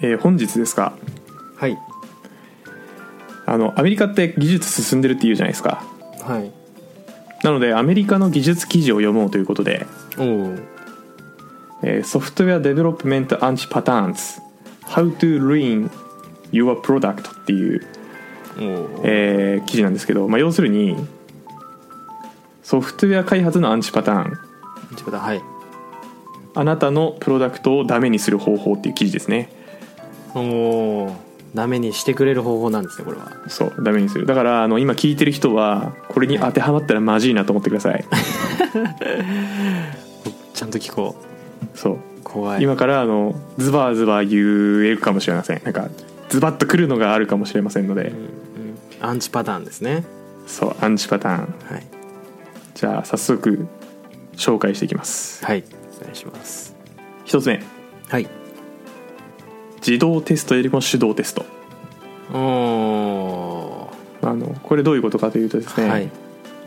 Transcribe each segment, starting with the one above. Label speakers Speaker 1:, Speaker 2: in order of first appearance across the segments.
Speaker 1: えー本日ですが
Speaker 2: はい
Speaker 1: あのアメリカって技術進んでるって言うじゃないですか
Speaker 2: はい
Speaker 1: なのでアメリカの技術記事を読もうということで、
Speaker 2: おお
Speaker 1: えー、ソフトウェアデベロップメントアンチパターンズ How to Ruin Your Product っていう、
Speaker 2: おお
Speaker 1: えー記事なんですけど、まあ、要するにソフトウェア開発のアンチパターン
Speaker 2: 一番だはい
Speaker 1: あなたのプロダクトをダメにする方法っていう記事ですね
Speaker 2: おおダメにしてくれる方法なんですねこれは
Speaker 1: そうダメにするだからあの今聞いてる人はこれに当てはまったらマジいなと思ってください
Speaker 2: ちゃんと聞こ
Speaker 1: そう
Speaker 2: う怖い
Speaker 1: 今からあのズバズバ言えるかもしれませんなんかズバッとくるのがあるかもしれませんので、
Speaker 2: アンチパターンですね
Speaker 1: そうアンチパターン
Speaker 2: はい
Speaker 1: じゃあ早速紹介していきます
Speaker 2: はいお願いします
Speaker 1: 一つ目
Speaker 2: はい
Speaker 1: 自動テストよりも手動テスト
Speaker 2: おお
Speaker 1: あのこれどういうことかというとですね、
Speaker 2: はい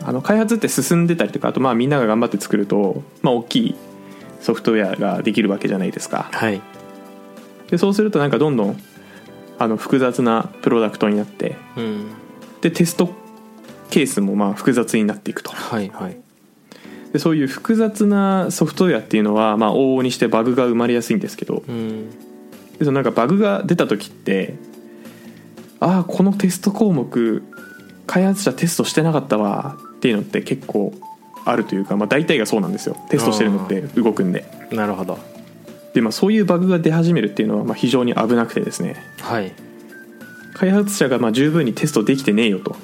Speaker 1: あの開発って進んでたりとかあとまあみんなが頑張って作ると、まあ、大きいソフトウェアができるわけじゃないですか
Speaker 2: はい
Speaker 1: でそうするとなんかどんどんあの複雑なプロダクトになって
Speaker 2: うん
Speaker 1: でテストケースもまあ複雑になっていくと
Speaker 2: はいはい
Speaker 1: でそういう複雑なソフトウェアっていうのは、まあ、往々にしてバグが生まれやすいんですけど
Speaker 2: うん
Speaker 1: でそのなんかバグが出た時ってああこのテスト項目開発者テストしてなかったわっていうのって結構あるというか、まあ、大体がそうなんですよテストしてるのって動くんで
Speaker 2: なるほど
Speaker 1: で、まあ、そういうバグが出始めるっていうのはまあ非常に危なくてですね
Speaker 2: はい
Speaker 1: 開発者がまあ十分にテストできてねえよと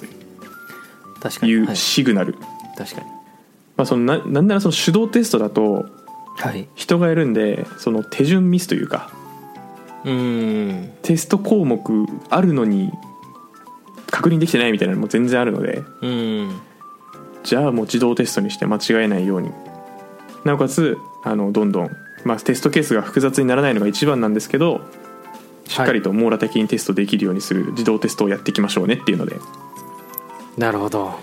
Speaker 2: 確か
Speaker 1: い
Speaker 2: に、は
Speaker 1: う
Speaker 2: い、
Speaker 1: シグナル、
Speaker 2: 確かに
Speaker 1: まあ、そのななんならその手動テストだと
Speaker 2: はい
Speaker 1: 人がいるんでその手順ミスというか
Speaker 2: うん
Speaker 1: テスト項目あるのに確認できてないみたいなのも全然あるので
Speaker 2: うん
Speaker 1: じゃあもう自動テストにして間違えないようになおかつあのどんどん、まあ、テストケースが複雑にならないのが一番なんですけどしっかりと網羅的にテストできるようにする自動テストをやっていきましょうねっていうので
Speaker 2: なるほど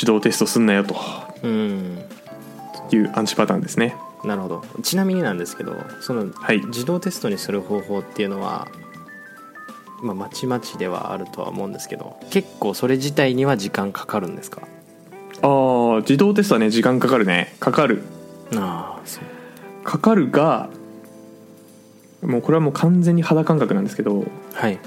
Speaker 1: 手動テストすんなよと
Speaker 2: うん
Speaker 1: いうアンチパターンですね
Speaker 2: なるほどちなみになんですけどその
Speaker 1: はい
Speaker 2: 自動テストにする方法っていうのはまあまちまちではあるとは思うんですけど結構それ自体には時間かかるんですか
Speaker 1: あー自動テストはね時間かかるねかかる
Speaker 2: ああそう
Speaker 1: かかるがもうこれはもう完全に肌感覚なんですけど
Speaker 2: はい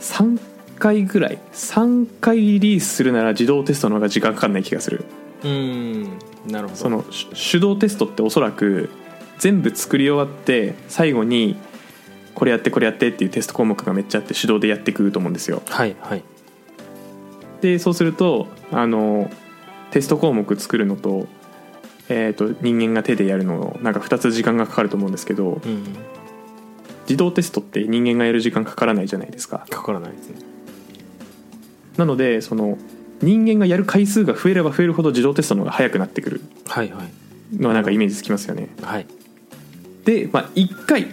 Speaker 1: 3回ぐらい3回リリースするなら自動テストの方が時間かかんない気がする
Speaker 2: うんなるほど
Speaker 1: そのし手動テストっておそらく全部作り終わって最後にこれやってこれやってっていうテスト項目がめっちゃあって手動でやってくると思うんですよ
Speaker 2: はいはい
Speaker 1: でそうするとあのテスト項目作るのと,、えー、と人間が手でやるののなんか2つ時間がかかると思うんですけど
Speaker 2: うん
Speaker 1: 自動テストって人間がやる時間かからないじゃないですか
Speaker 2: かからないですね
Speaker 1: なのでその人間がやる回数が増えれば増えるほど自動テストの方が早くなってくる
Speaker 2: はいはい
Speaker 1: のはなんかイメージつきますよね
Speaker 2: はい
Speaker 1: で、まあ、1回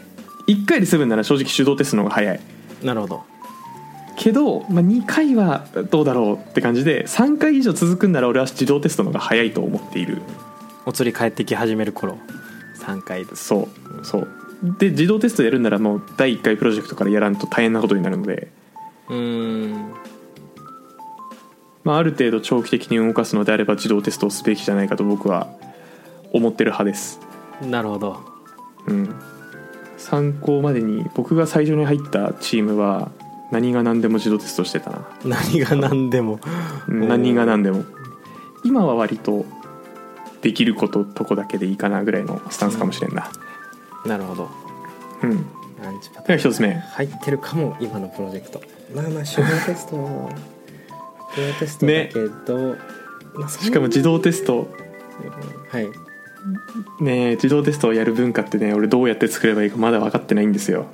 Speaker 1: 1回で済むなら正直手動テストの方が早い
Speaker 2: なるほど
Speaker 1: けど、まあ、2回はどうだろうって感じで3回以上続くんなら俺は自動テストの方が早いと思っている
Speaker 2: お釣り帰ってき始める頃3回です
Speaker 1: そうそうで自動テストやるんならもう第1回プロジェクトからやらんと大変なことになるので、
Speaker 2: うん
Speaker 1: まあ、ある程度長期的に動かすのであれば自動テストをすべきじゃないかと僕は思ってる派です
Speaker 2: なるほど
Speaker 1: うん参考までに僕が最初に入ったチームは何が何でも自動テストしてたな
Speaker 2: 何が何でも
Speaker 1: うん
Speaker 2: おー
Speaker 1: 何が何でも今は割とできることとこだけでいいかなぐらいのスタンスかもしれんな
Speaker 2: なるほど
Speaker 1: うん、
Speaker 2: アンチパターン
Speaker 1: では一つ目
Speaker 2: 入ってるかも今のプロジェクトまあまあ手動テスト 手動テストだけど、まあそんな
Speaker 1: しかも自動テスト
Speaker 2: はい
Speaker 1: ねえ自動テストをやる文化ってね俺どうやって作ればいいかまだ分かってないんですよ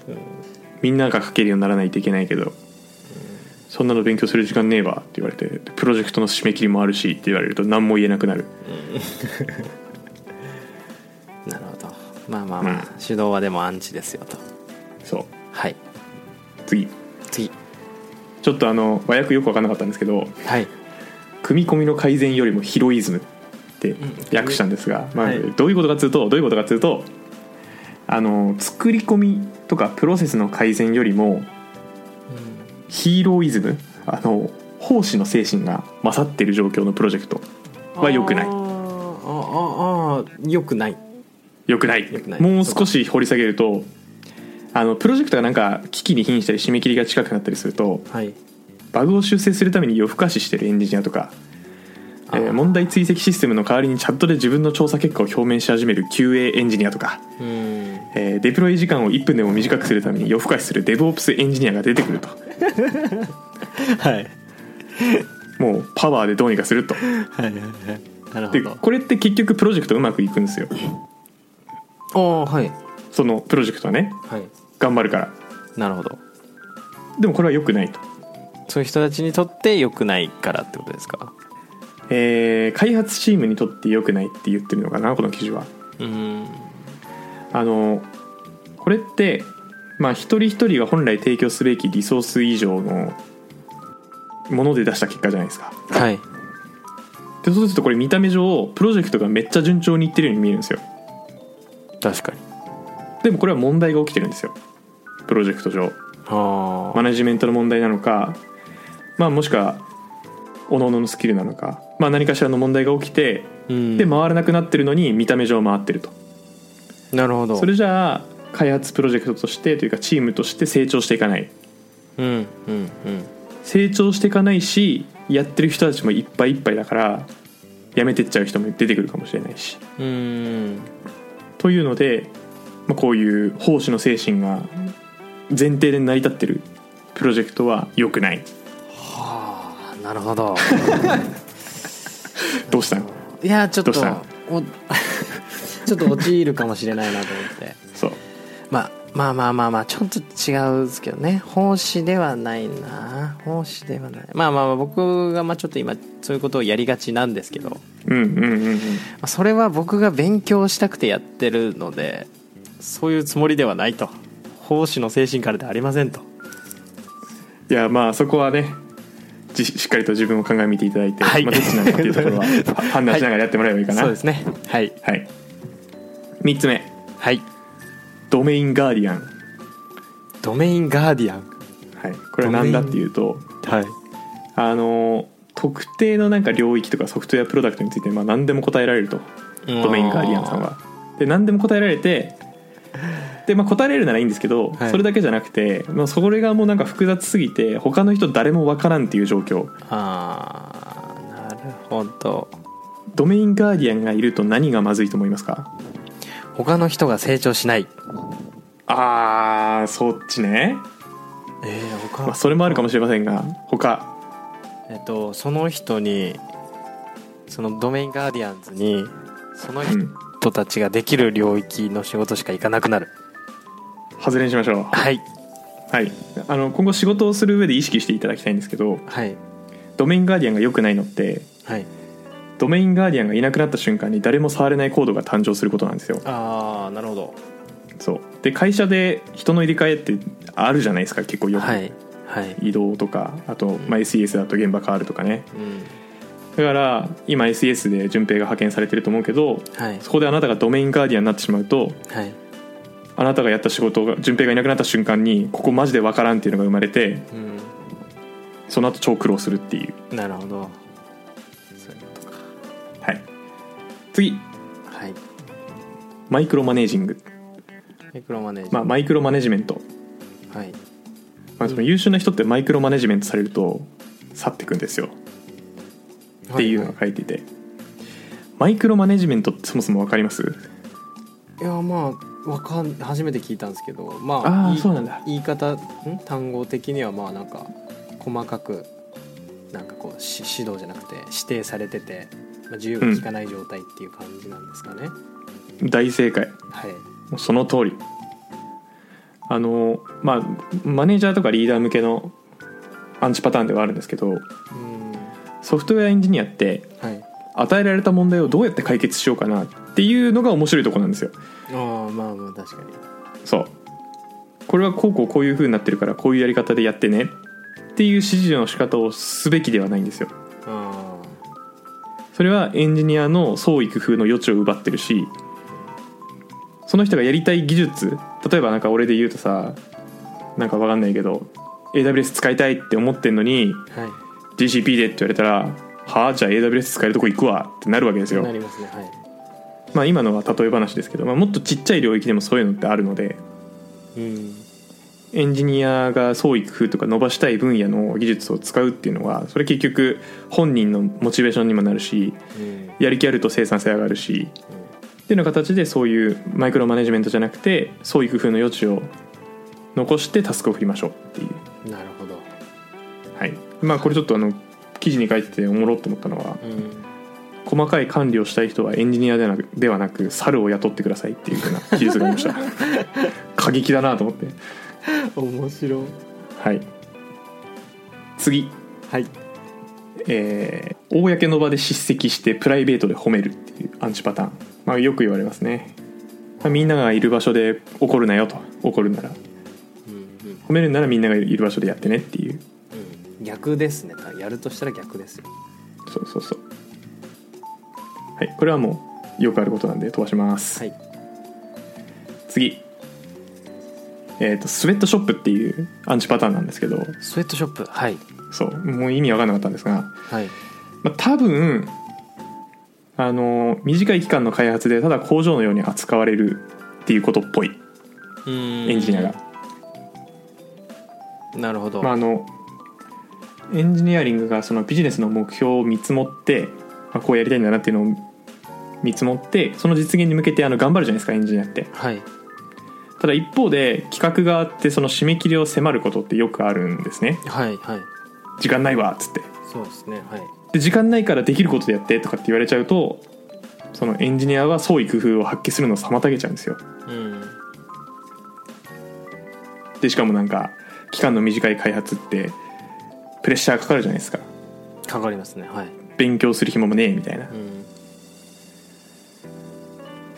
Speaker 1: みんなが書けるようにならないといけないけどそんなの勉強する時間ねえわって言われてでプロジェクトの締め切りもあるしって言われると何も言えなくなる
Speaker 2: なるほどまあまあまあ、
Speaker 1: う
Speaker 2: 手動はでもアンチですよと
Speaker 1: そう
Speaker 2: はい
Speaker 1: 次
Speaker 2: 次
Speaker 1: ちょっとあの和訳よく分かんなかったんですけど
Speaker 2: はい
Speaker 1: 組み込みの改善よりもヒロイズムって訳したんですが、まあ
Speaker 2: はい
Speaker 1: どういうことかというとどういうことかというとあの作り込みとかプロセスの改善よりもヒーローイズムあの奉仕の精神が勝ってる状況のプロジェクトは良くない
Speaker 2: あーあーあー良くない
Speaker 1: 良くない
Speaker 2: 良くない
Speaker 1: もう少し掘り下げるとあのプロジェクトがなんか危機に瀕したり締め切りが近くなったりすると
Speaker 2: はい
Speaker 1: バグを修正するために夜更かししてるエンジニアとか、えー
Speaker 2: あー
Speaker 1: 問題追跡システムの代わりにチャットで自分の調査結果を表明し始める QA エンジニアとか、
Speaker 2: うん
Speaker 1: えーデプロイ時間を1分でも短くするために夜更かしする DevOps エンジニアが出てくると
Speaker 2: はい
Speaker 1: もうパワーでどうにかすると
Speaker 2: はいはいはいなる
Speaker 1: で
Speaker 2: ほ
Speaker 1: これって結局プロジェクトうまくいくんですよ
Speaker 2: どああーはい
Speaker 1: そのプロジェクトはね
Speaker 2: はい
Speaker 1: 頑張るから
Speaker 2: なるほど
Speaker 1: でもこれは良くないと、
Speaker 2: そういう人たちにとって良くないからってことですか
Speaker 1: えー開発チームにとって良くないって言ってるのかなこの記事は
Speaker 2: うん
Speaker 1: あのこれってまあ一人一人が本来提供すべきリソース以上のもので出した結果じゃないですか
Speaker 2: はい
Speaker 1: でそうするとこれ見た目上プロジェクトがめっちゃ順調にいってるように見えるんですよ
Speaker 2: 確かに
Speaker 1: でもこれは問題が起きてるんですよプロジェクト上
Speaker 2: あ
Speaker 1: マネジメントの問題なのか、まあ、もしくはおのおののスキルなのか、まあ、何かしらの問題が起きて
Speaker 2: あうん
Speaker 1: で回らなくなってるのに見た目上回ってると
Speaker 2: なるほど
Speaker 1: それじゃあ開発プロジェクトとしてというかチームとして成長していかない
Speaker 2: うんうんうん
Speaker 1: 成長していかないしやってる人たちもいっぱいいっぱいだからやめてっちゃう人も出てくるかもしれないし
Speaker 2: うーん
Speaker 1: というので、まあ、こういう奉仕の精神が前提で成り立ってるプロジェクトは良くない
Speaker 2: はあなるほど
Speaker 1: どうしたの
Speaker 2: いやちょっと
Speaker 1: どうした
Speaker 2: お ちょっと陥るかもしれないなと思って
Speaker 1: そう
Speaker 2: まあまあまあまあまあちょっと違うですけどね奉仕ではないな奉仕ではないまあまあまあ僕がまあちょっと今そういうことをやりがちなんですけど、ま
Speaker 1: うんうんうんうん
Speaker 2: あそれは僕が勉強したくてやってるのでそういうつもりではないと奉仕の精神からではありませんと
Speaker 1: いやまあそこはねじしっかりと自分を考え見ていただいて、
Speaker 2: はい
Speaker 1: まあ、どっちなのかっていうところは判断しながらやってもらえばいいかな、
Speaker 2: そ
Speaker 1: は
Speaker 2: う
Speaker 1: い
Speaker 2: ですねはい
Speaker 1: 3つ目
Speaker 2: はい
Speaker 1: ドメインガーディアン、
Speaker 2: ドメインガーディアン
Speaker 1: はい、これは何だっていうと
Speaker 2: はい
Speaker 1: あの特定のなんか領域とかソフトウェアプロダクトについて、まあ、何でも答えられるとドメインガーディアンさんはで何でも答えられてで、まあ、答えられるならいいんですけど、
Speaker 2: はい
Speaker 1: それだけじゃなくて、まあ、それがもうなんか複雑すぎて他の人誰もわからんっていう状況
Speaker 2: あーなるほど
Speaker 1: ドメインガーディアンがいると何がまずいと思いますか
Speaker 2: 他の人が成長しない
Speaker 1: あーそっちね、
Speaker 2: えー、他
Speaker 1: まあ、それもあるかもしれませんが他
Speaker 2: えっとその人にそのドメインガーディアンズにその
Speaker 1: うん
Speaker 2: 人たちができる領域の仕事しか行かなくなる、
Speaker 1: 外れにしましょう
Speaker 2: はい
Speaker 1: はいあの今後仕事をする上で意識していただきたいんですけど
Speaker 2: はい
Speaker 1: ドメインガーディアンが良くないのって
Speaker 2: はい
Speaker 1: ドメインガーディアンがいなくなった瞬間に誰も触れないコードが誕生することなんですよ
Speaker 2: ああなるほど
Speaker 1: そうで会社で人の入れ替えってあるじゃないですか結構よく、
Speaker 2: はいはい
Speaker 1: 移動とかあと、まあ、SES だと現場変わるとかね
Speaker 2: うん
Speaker 1: だから今 SES で順平が派遣されてると思うけど
Speaker 2: はい
Speaker 1: そこであなたがドメインガーディアンになってしまうと
Speaker 2: はい
Speaker 1: あなたがやった仕事が順平がいなくなった瞬間にここマジで分からんっていうのが生まれて
Speaker 2: うん
Speaker 1: その後超苦労するっていう
Speaker 2: なるほどそういうことか
Speaker 1: はい次
Speaker 2: はい
Speaker 1: マイクロマネージング、
Speaker 2: マイクロマネージ
Speaker 1: まあ、マイクロマネジメント、
Speaker 2: はい
Speaker 1: まあ、その優秀な人ってマイクロマネジメントされると去っていくんですよっていうのが書いていて、マイクロマネジメントってそもそも分かります
Speaker 2: いやまあわかん初めて聞いたんですけどまあ
Speaker 1: あー
Speaker 2: い
Speaker 1: そうなんだ
Speaker 2: 言い方ん単語的にはまあなんか細かくなんかこうし指導じゃなくて指定されてて、まあ、自由が利かない状態っていう感じなんですかね、
Speaker 1: 大正解
Speaker 2: はい
Speaker 1: もうその通りあのまあマネージャーとかリーダー向けのアンチパターンではあるんですけど
Speaker 2: うん
Speaker 1: ソフトウェアエンジニアって
Speaker 2: はい
Speaker 1: 与えられた問題をどうやって解決しようかなっていうのが面白いところなんですよ
Speaker 2: ああまあまあ確かに
Speaker 1: そうこれはこうこうこういう風になってるからこういうやり方でやってねっていう指示の仕方をすべきではないんですよ
Speaker 2: あ
Speaker 1: それはエンジニアの創意工夫の余地を奪ってるしその人がやりたい技術例えばなんか俺で言うとさなんかわかんないけど AWS 使いたいって思ってんのに
Speaker 2: はい
Speaker 1: GCP でって言われたら「はあじゃあ AWS 使えるとこ行くわ」ってなるわけですよ
Speaker 2: なりますねはい
Speaker 1: まあ今のは例え話ですけど、まあ、もっとちっちゃい領域でもそういうのってあるので
Speaker 2: うん
Speaker 1: エンジニアが創意工夫とか伸ばしたい分野の技術を使うっていうのはそれ結局本人のモチベーションにもなるし
Speaker 2: うん
Speaker 1: やる気あると生産性上がるしっていうような形でそういうマイクロマネジメントじゃなくて創意工夫の余地を残してタスクを振りましょうっていう
Speaker 2: うんなるほど
Speaker 1: はいまあこれちょっとあの記事に書いてておもろって思ったのは
Speaker 2: うん
Speaker 1: 細かい管理をしたい人はエンジニアではなくではなく猿を雇ってくださいっていうふうな記述がありました過激だなと思って
Speaker 2: 面白い
Speaker 1: はい次
Speaker 2: はい
Speaker 1: えー公の場で叱責してプライベートで褒めるっていうアンチパターン、まあ、よく言われますね、まあみんながいる場所で怒るなよと怒るなら
Speaker 2: うんうん
Speaker 1: 褒めるならみんながいる場所でやってねっていう
Speaker 2: うん逆ですねたやるとしたら逆ですよ
Speaker 1: そうそうそうはいこれはもうよくあることなんで飛ばします、
Speaker 2: はい
Speaker 1: 次えーとスウェットショップっていうアンチパターンなんですけど
Speaker 2: スウェットショップはい
Speaker 1: そうもう意味わかんなかったんですが、
Speaker 2: はい
Speaker 1: まあ、多分あの短い期間の開発でただ工場のように扱われるっていうことっぽいエ
Speaker 2: エ
Speaker 1: ンジニアが、
Speaker 2: なるほど、
Speaker 1: まあ、あのエンジニアリングがそのビジネスの目標を見積もって、まあ、こうやりたいんだなっていうのを見積もってその実現に向けてあの頑張るじゃないですかエンジニアって
Speaker 2: はい
Speaker 1: ただ一方で企画があってその締め切りを迫ることってよくあるんですね
Speaker 2: はいはい
Speaker 1: 時間ないわっつって
Speaker 2: そうですねはい
Speaker 1: で時間ないからできることでやってとかって言われちゃうとそのエンジニアは創意工夫を発揮するのを妨げちゃうんですよ
Speaker 2: うん
Speaker 1: でしかもなんか期間の短い開発ってプレッシャーかかるじゃないですか
Speaker 2: かかりますねはい
Speaker 1: 勉強する暇もねえみたいな
Speaker 2: うん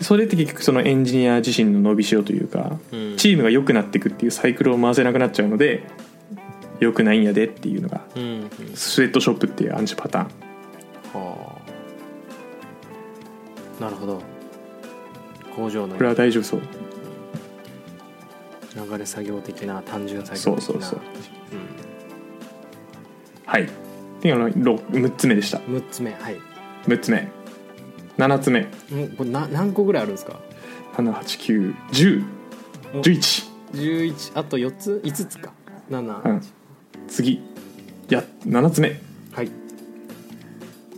Speaker 1: それって結局そのエンジニア自身の伸びしろというか
Speaker 2: うん
Speaker 1: チームが良くなっていくっていうサイクルを回せなくなっちゃうので良くないんやでっていうのが
Speaker 2: うんうん
Speaker 1: スウェットショップっていうアンチパターン
Speaker 2: はあなるほど工場の
Speaker 1: これは大丈夫そう
Speaker 2: 流れ作業的な単純作
Speaker 1: そ
Speaker 2: 業
Speaker 1: う
Speaker 2: 的
Speaker 1: そう
Speaker 2: な
Speaker 1: そう
Speaker 2: うん
Speaker 1: はいっていうのが6つ目でした
Speaker 2: 6つ目はい
Speaker 1: 6つ目7つ目
Speaker 2: もうこれな何個ぐらいあるんですか
Speaker 1: 7891011
Speaker 2: 11あと4つ5つか7、
Speaker 1: うん次いや7つ目
Speaker 2: はい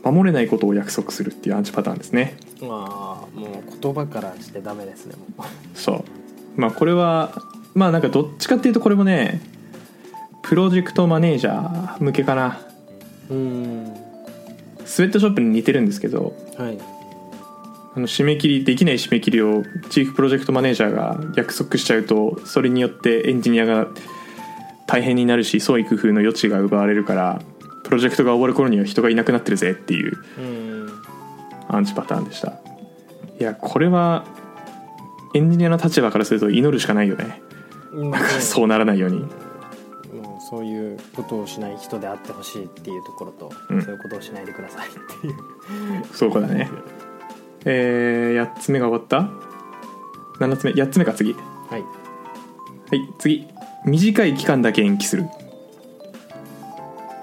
Speaker 1: 守れないことを約束するっていうアンチパターンですね
Speaker 2: まあもう言葉からしてダメですねもう
Speaker 1: そうまあこれはまあなんかどっちかっていうとこれもねプロジェクトマネージャー向けかな
Speaker 2: うーん
Speaker 1: スウェットショップに似てるんですけど
Speaker 2: はい
Speaker 1: あの締め切りできない締め切りをチーフプロジェクトマネージャーが約束しちゃうとそれによってエンジニアが大変になるし創意工夫の余地が奪われるからプロジェクトが終わる頃には人がいなくなってるぜっていう
Speaker 2: うーん
Speaker 1: アンチパターンでしたいやこれはエンジニアの立場からすると祈るしかないよね
Speaker 2: 今ね
Speaker 1: そうならないように
Speaker 2: もうそういうことをしない人であってほしいっていうところと、
Speaker 1: うん
Speaker 2: そういうことをしないでくださいっていう
Speaker 1: そうだねえー、8つ目が終わった7つ目8つ目か次は
Speaker 2: はい
Speaker 1: い次短い期間だけ延期する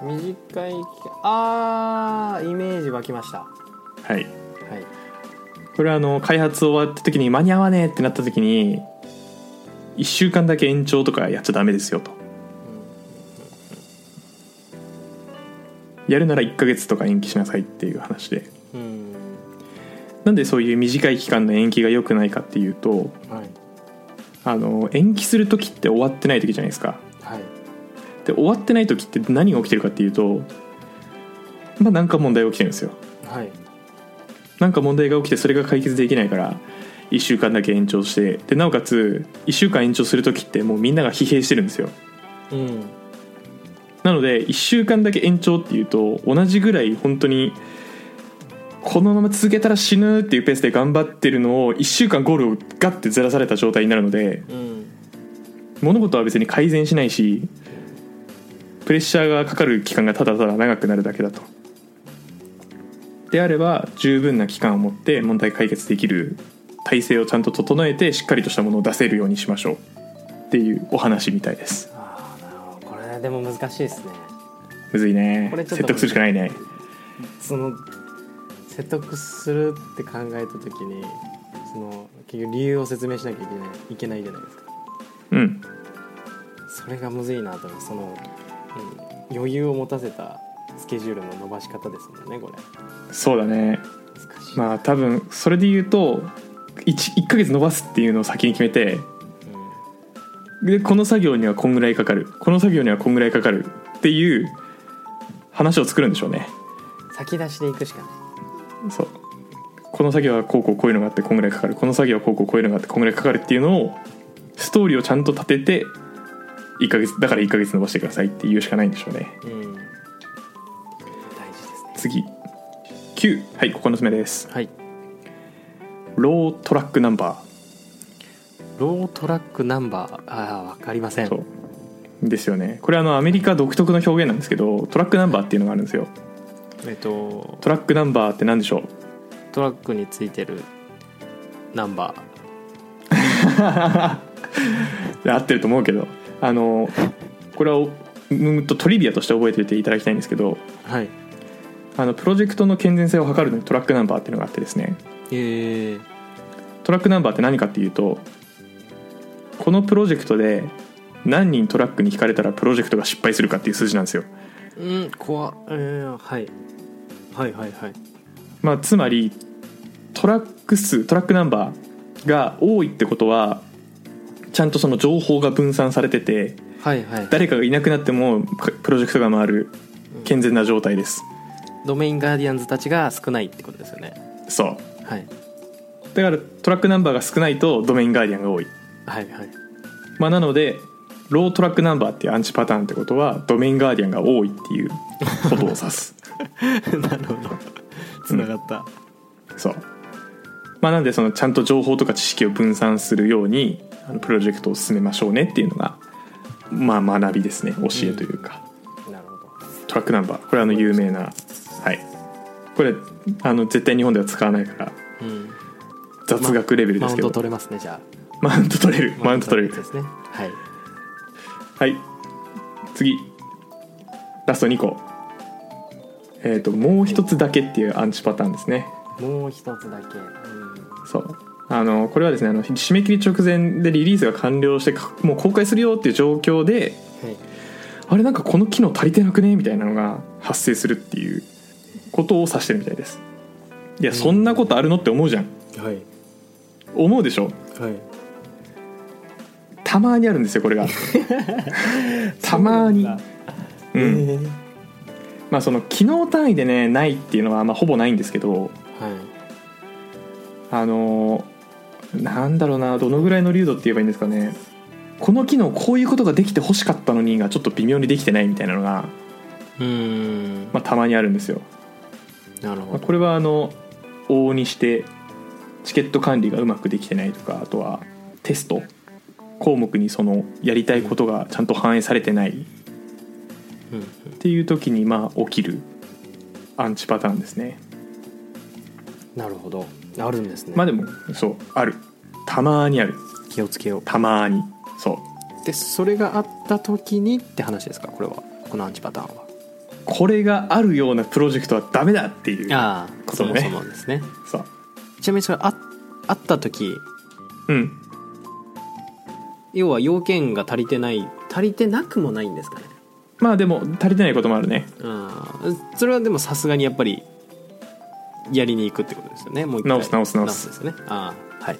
Speaker 2: 短い期間あーイメージ湧きましたは
Speaker 1: はい
Speaker 2: い
Speaker 1: これはあの開発終わった時に間に合わねえってなった時に1週間だけ延長とかやっちゃダメですよとやるなら1ヶ月とか延期しなさいっていう話で
Speaker 2: うんうん
Speaker 1: なんでそういう短い期間の延期が良くないかっていうと
Speaker 2: はい
Speaker 1: あの延期する時って終わってない時じゃないですか
Speaker 2: はい
Speaker 1: で終わってない時って何が起きてるかっていうとまあなんか問題が起きてるんですよ
Speaker 2: はい
Speaker 1: なんか問題が起きてそれが解決できないから1週間だけ延長してでなおかつ1週間延長する時ってもうみんなが疲弊してるんですよ
Speaker 2: うん
Speaker 1: なので1週間だけ延長っていうと同じぐらい本当にこのまま続けたら死ぬっていうペースで頑張ってるのを1週間ゴールをガッてずらされた状態になるので
Speaker 2: うん
Speaker 1: 物事は別に改善しないしプレッシャーがかかる期間がただただ長くなるだけだとであれば十分な期間を持って問題解決できる体制をちゃんと整えてしっかりとしたものを出せるようにしましょうっていうお話みたいです
Speaker 2: ああなるほどこれでも難しいですね
Speaker 1: むずいね
Speaker 2: これちょっと
Speaker 1: 説得するしかないね
Speaker 2: その説得するって考えた時にその結局理由を説明しなきゃいけないいけないじゃないですか
Speaker 1: うん
Speaker 2: それがむずいなと思うその、うん余裕を持たせたスケジュールの伸ばし方ですもんねこれ
Speaker 1: そうだね
Speaker 2: 難しい、
Speaker 1: まあ多分それで言うと 1, 1ヶ月延ばすっていうのを先に決めてでこの作業にはこんぐらいかかるこの作業にはこんぐらいかかるっていう話を作るんでしょうね
Speaker 2: うん、先出しでいくしかない
Speaker 1: そうこの作業はこうこうこういうのがあってこんぐらいかかるこの作業はこうこうこういうのがあってこんぐらいかかるっていうのをストーリーをちゃんと立てて1ヶ月だから1ヶ月延ばしてくださいっていうしかないんでしょうね
Speaker 2: うん大事ですね
Speaker 1: 次9はい9つ目です
Speaker 2: はい
Speaker 1: ロートラックナンバ
Speaker 2: ロートラックナンバーああ分かりません
Speaker 1: ーそうですよねこれあのアメリカ独特の表現なんですけどトラックナンバーっていうのがあるんですよ
Speaker 2: えっと
Speaker 1: トラックナンバーって何でしょう
Speaker 2: トラックについてるナンバー
Speaker 1: いや合ってると思うけどあのこれはうんとトリビアとして覚えておいていただきたいんですけど
Speaker 2: はい
Speaker 1: あのプロジェクトの健全性を測るのにトラックナンバーっていうのがあってですね
Speaker 2: えー、
Speaker 1: トラックナンバーって何かっていうとこのプロジェクトで何人トラックに引かれたらプロジェクトが失敗するかっていう数字なんですよ、
Speaker 2: うん怖っえーはいはいはいはい
Speaker 1: まあ、つまりトラック数トラックナンバーが多いってことはちゃんとその情報が分散されてて
Speaker 2: はいはい
Speaker 1: 誰かがいなくなってもかプロジェクトが回る健全な状態です
Speaker 2: ドメインガーディアンズたちが少ないってことですよね
Speaker 1: そう
Speaker 2: はい
Speaker 1: だからトラックナンバーが少ないとドメインガーディアンが多い、
Speaker 2: はいはい
Speaker 1: まあ、なのでロートラックナンバーっていうアンチパターンってことはドメインガーディアンが多いっていうことを指 す
Speaker 2: なるほどつながった、
Speaker 1: そうまあなんでそのちゃんと情報とか知識を分散するようにあのプロジェクトを進めましょうねっていうのがまあ学びですね教えというか、
Speaker 2: なるほど
Speaker 1: トラックナンバーこれはあの有名なはいこれあの絶対日本では使わないから
Speaker 2: うん
Speaker 1: 雑学レベルで
Speaker 2: マ
Speaker 1: す
Speaker 2: ウン
Speaker 1: けど、
Speaker 2: ト取れますねじゃ
Speaker 1: マウント取れる
Speaker 2: あ
Speaker 1: マウント取れる
Speaker 2: ですねはい
Speaker 1: はい次ラスト2個えっ、ともう一つだけっていうアンチパターンですね
Speaker 2: もう一つだけ、うん
Speaker 1: そうあのこれはですねあの締め切り直前でリリースが完了してかもう公開するよっていう状況で
Speaker 2: はい
Speaker 1: あれなんかこの機能足りてなくねみたいなのが発生するっていうことを指してるみたいですいや
Speaker 2: うん
Speaker 1: そんなことあるのって思うじゃん
Speaker 2: はい
Speaker 1: 思うでしょ
Speaker 2: はい
Speaker 1: たまにあるんですよこれ がたまに
Speaker 2: そうなんだ
Speaker 1: うん
Speaker 2: えー
Speaker 1: まあその機能単位でねないっていうのはまあほぼないんですけど
Speaker 2: はい
Speaker 1: あのーなんだろうなどのぐらいの流度って言えばいいんですかねこの機能こういうことができて欲しかったのにがちょっと微妙にできてないみたいなのが、
Speaker 2: うーん
Speaker 1: まあ、たまにあるんですよ、
Speaker 2: なる
Speaker 1: ま
Speaker 2: ほ
Speaker 1: あ
Speaker 2: ど
Speaker 1: これはあの往々にしてチケット管理がうまくできてないとかあとはテスト項目にそのやりたいことがちゃんと反映されてないっ
Speaker 2: うんうん
Speaker 1: ていう時にまあ起きるアンチパターンですね
Speaker 2: なるほどあるんですね
Speaker 1: まあでもそうあるたまにある
Speaker 2: 気をつけよ
Speaker 1: たまにそう
Speaker 2: うでそれがあった時にって話ですかこれはこのアンチパターンは
Speaker 1: これがあるようなプロジェクトはダメだっていう
Speaker 2: ああ
Speaker 1: こと
Speaker 2: そも
Speaker 1: ね
Speaker 2: そもですね
Speaker 1: そう
Speaker 2: ちなみにそれああった時
Speaker 1: うん
Speaker 2: 要は要件が足りてない足りてなくもないんですかね
Speaker 1: まあでも足りてないこともあるね
Speaker 2: ああそれはでもさすがにやっぱりやりに行くってことですよねもう一回
Speaker 1: 直す直す直す
Speaker 2: ですよねああはい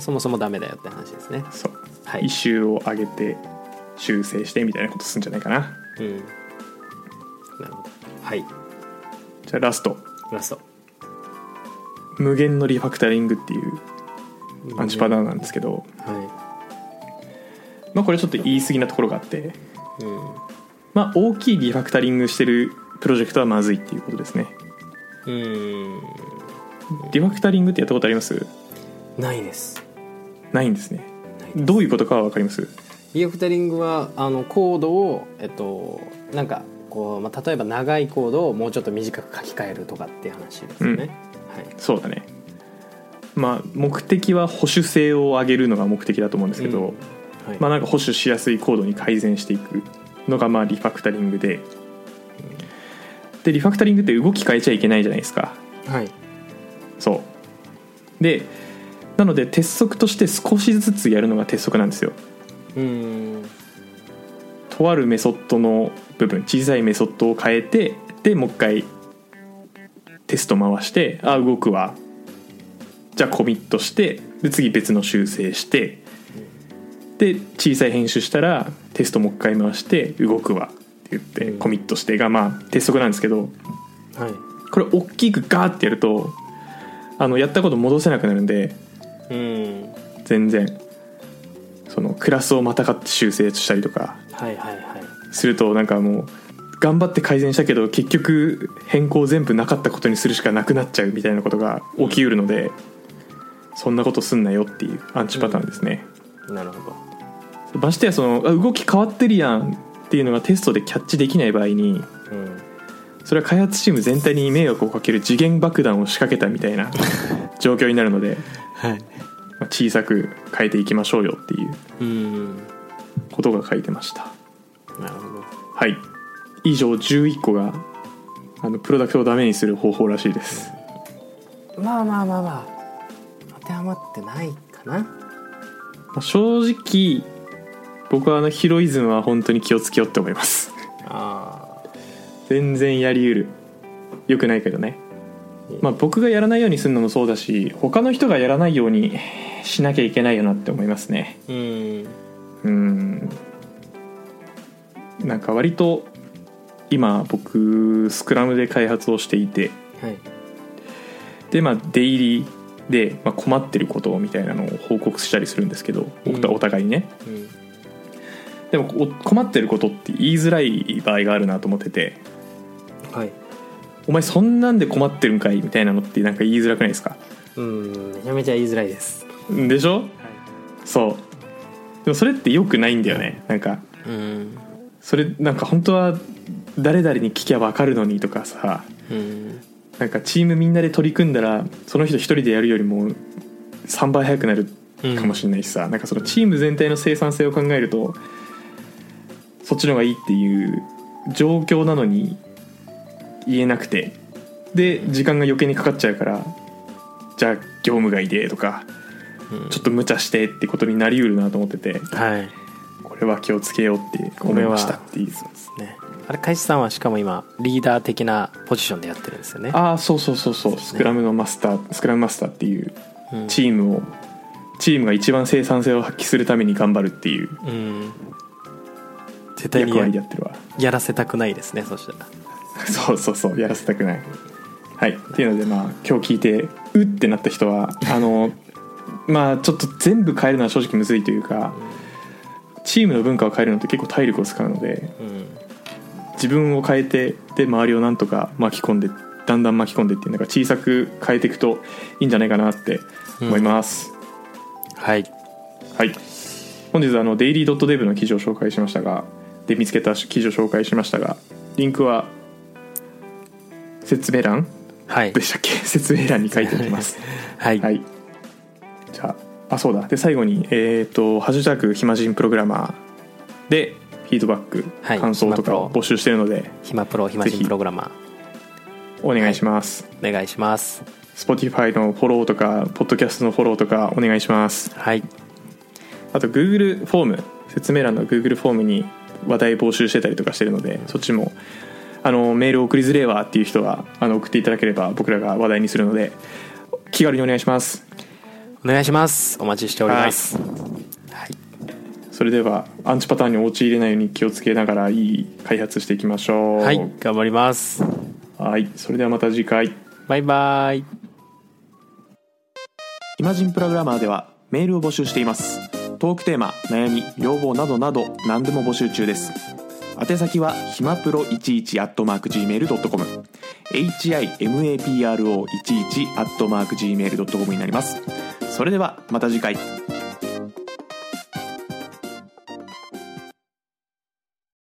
Speaker 2: そもそもダメだよって話ですね
Speaker 1: そう、
Speaker 2: はい
Speaker 1: 一周を上げて修正してみたいなことするんじゃないかな
Speaker 2: うんなるほどはい
Speaker 1: じゃあラスト
Speaker 2: ラスト
Speaker 1: 無限のリファクタリングっていうアンチパターンなんですけど、
Speaker 2: は
Speaker 1: まあ、これちょっと言い過ぎなところがあって、
Speaker 2: い、うん
Speaker 1: まあ、大きいリファクタリングしてるプロジェクトはまずいっていうことですね
Speaker 2: うーん
Speaker 1: リファクタリングってやったことあります
Speaker 2: ないです
Speaker 1: ないんですね
Speaker 2: ないです
Speaker 1: どういうことかは分かります
Speaker 2: リアフタリングはあのコードをえっとなんかこう、まあ、例えば長いコードをもうちょっと短く書き換えるとかっていう話ですよね、
Speaker 1: そうだねまあ、目的は保守性を上げるのが目的だと思うんですけど、
Speaker 2: うんはい
Speaker 1: まあ、なんか保守しやすいコードに改善していくのがまあリファクタリングででリファクタリングって動き変えちゃいけないじゃないですか
Speaker 2: はい
Speaker 1: そうでなので鉄則として少しずつやるのが鉄則なんですよ
Speaker 2: うん
Speaker 1: とあるメソッドの部分小さいメソッドを変えてでもう一回テスト回してあ動くわじゃあコミットしてで次別の修正してで小さい編集したらテストもう一回回して動くわって言って
Speaker 2: うん
Speaker 1: コミットしてがまあ鉄則なんですけど
Speaker 2: はい
Speaker 1: これ大きくガーってやるとあのやったこと戻せなくなるんで
Speaker 2: うん
Speaker 1: 全然そのクラスをまたがって修正したりとか
Speaker 2: はいはいはい
Speaker 1: するとなんかもう頑張って改善したけど結局変更全部なかったことにするしかなくなっちゃうみたいなことが起きうるので、そんなことすんなよっていうアンチパターンですね、
Speaker 2: なるほど
Speaker 1: ましてやそのあ動き変わってるやんっていうのがテストでキャッチできない場合に
Speaker 2: うん
Speaker 1: それは開発チーム全体に迷惑をかける次元爆弾を仕掛けたみたいな 状況になるので、
Speaker 2: はい
Speaker 1: まあ小さく変えていきましょうよっていう
Speaker 2: うん
Speaker 1: ことが書いてました
Speaker 2: なるほど
Speaker 1: はい以上11個があのプロダクトをダメにする方法らしいです
Speaker 2: まあまあまあまあ当てはまってないかな
Speaker 1: まあ正直僕はあのヒロイズムは本当に気をつけようって思います
Speaker 2: あ
Speaker 1: 全然やりうるよくないけどねまあ僕がやらないようにするのもそうだし他の人がやらないようにしなきゃいけないよなって思いますね
Speaker 2: うん
Speaker 1: うんなんか割と今僕スクラムで開発をしていて
Speaker 2: はい
Speaker 1: でまあ出入りで、まあ、困ってることみたいなのを報告したりするんですけど僕とはお互いにね、
Speaker 2: うん
Speaker 1: でもお困ってることって言いづらい場合があるなと思ってて
Speaker 2: はい
Speaker 1: 「お前そんなんで困ってるんかい」みたいなのってなんか言いづらくないですか
Speaker 2: うんめちゃめちゃ言いづらいです
Speaker 1: でしょそうでもそれって良くないんだよねなんか
Speaker 2: うん
Speaker 1: それなんか本当は誰々に聞きゃ分かるのにとかさ
Speaker 2: うん
Speaker 1: なんかチームみんなで取り組んだらその人一人でやるよりも3倍早くなるかもしれないしさ、なんかそのチーム全体の生産性を考えるとそっちの方がいいっていう状況なのに言えなくてで時間が余計にかかっちゃうからじゃあ業務外でとか
Speaker 2: うん
Speaker 1: ちょっと無茶してってことになりうるなと思ってて
Speaker 2: はい
Speaker 1: これは気をつけようって思いましたっていう
Speaker 2: ねあれ海士さんはしかも今リーダー的なポジションでやってるんですよね
Speaker 1: ああそうそうそうそうスクラムのマスタースクラムマスターっていう
Speaker 2: うん
Speaker 1: チームをチームが一番生産性を発揮するために頑張るっていう
Speaker 2: うん絶対に
Speaker 1: 役
Speaker 2: や
Speaker 1: 割でやってるわ
Speaker 2: やらせたくないですねそしたら
Speaker 1: そうそうそうやらせたくないはいっていうのでまあ今日聞いてうってなった人はあのまあちょっと全部変えるのは正直むずいというかチームの文化を変えるのって結構体力を使うので
Speaker 2: うん
Speaker 1: 自分を変えてで周りをなんとか巻き込んでだんだん巻き込んでっていうなんか小さく変えていくといいんじゃないかなって思います、
Speaker 2: はい
Speaker 1: はい本日はあのデイリー .dev の記事を紹介しましたがで見つけた記事を紹介しましたがリンクは説明欄
Speaker 2: はい
Speaker 1: でしたっけ 説明欄に書いておきます
Speaker 2: はい
Speaker 1: はいじゃああそうだで最後にえっ、と「ハッシュタグ暇人プログラマー」でフィードバック、
Speaker 2: はい
Speaker 1: 感想とかを募集しているので
Speaker 2: 暇プロ暇
Speaker 1: ぜ
Speaker 2: 人
Speaker 1: ひ
Speaker 2: プログラマ
Speaker 1: お願いします、
Speaker 2: ーお願いします
Speaker 1: Spotify のフォローとかポッドキャストのフォローとかお願いします
Speaker 2: はい
Speaker 1: あと Google フォーム説明欄の Google フォームに話題募集してたりとかしてるのでそっちもあのメール送りづれえわっていう人はあの送っていただければ僕らが話題にするので気軽にお願いします
Speaker 2: お願いしますお待ちしております
Speaker 1: それではアンチパターンに陥れないように気をつけながらいい開発していきましょう
Speaker 2: はい、頑張ります
Speaker 1: はいそれではまた次回
Speaker 2: バイバイ
Speaker 1: 暇人プログラマーではメールを募集していますトークテーマ悩み要望などなど何でも募集中です宛先はひまプロ11 at mark gmail.com himapro11 at mark gmail.com になりますそれではまた次回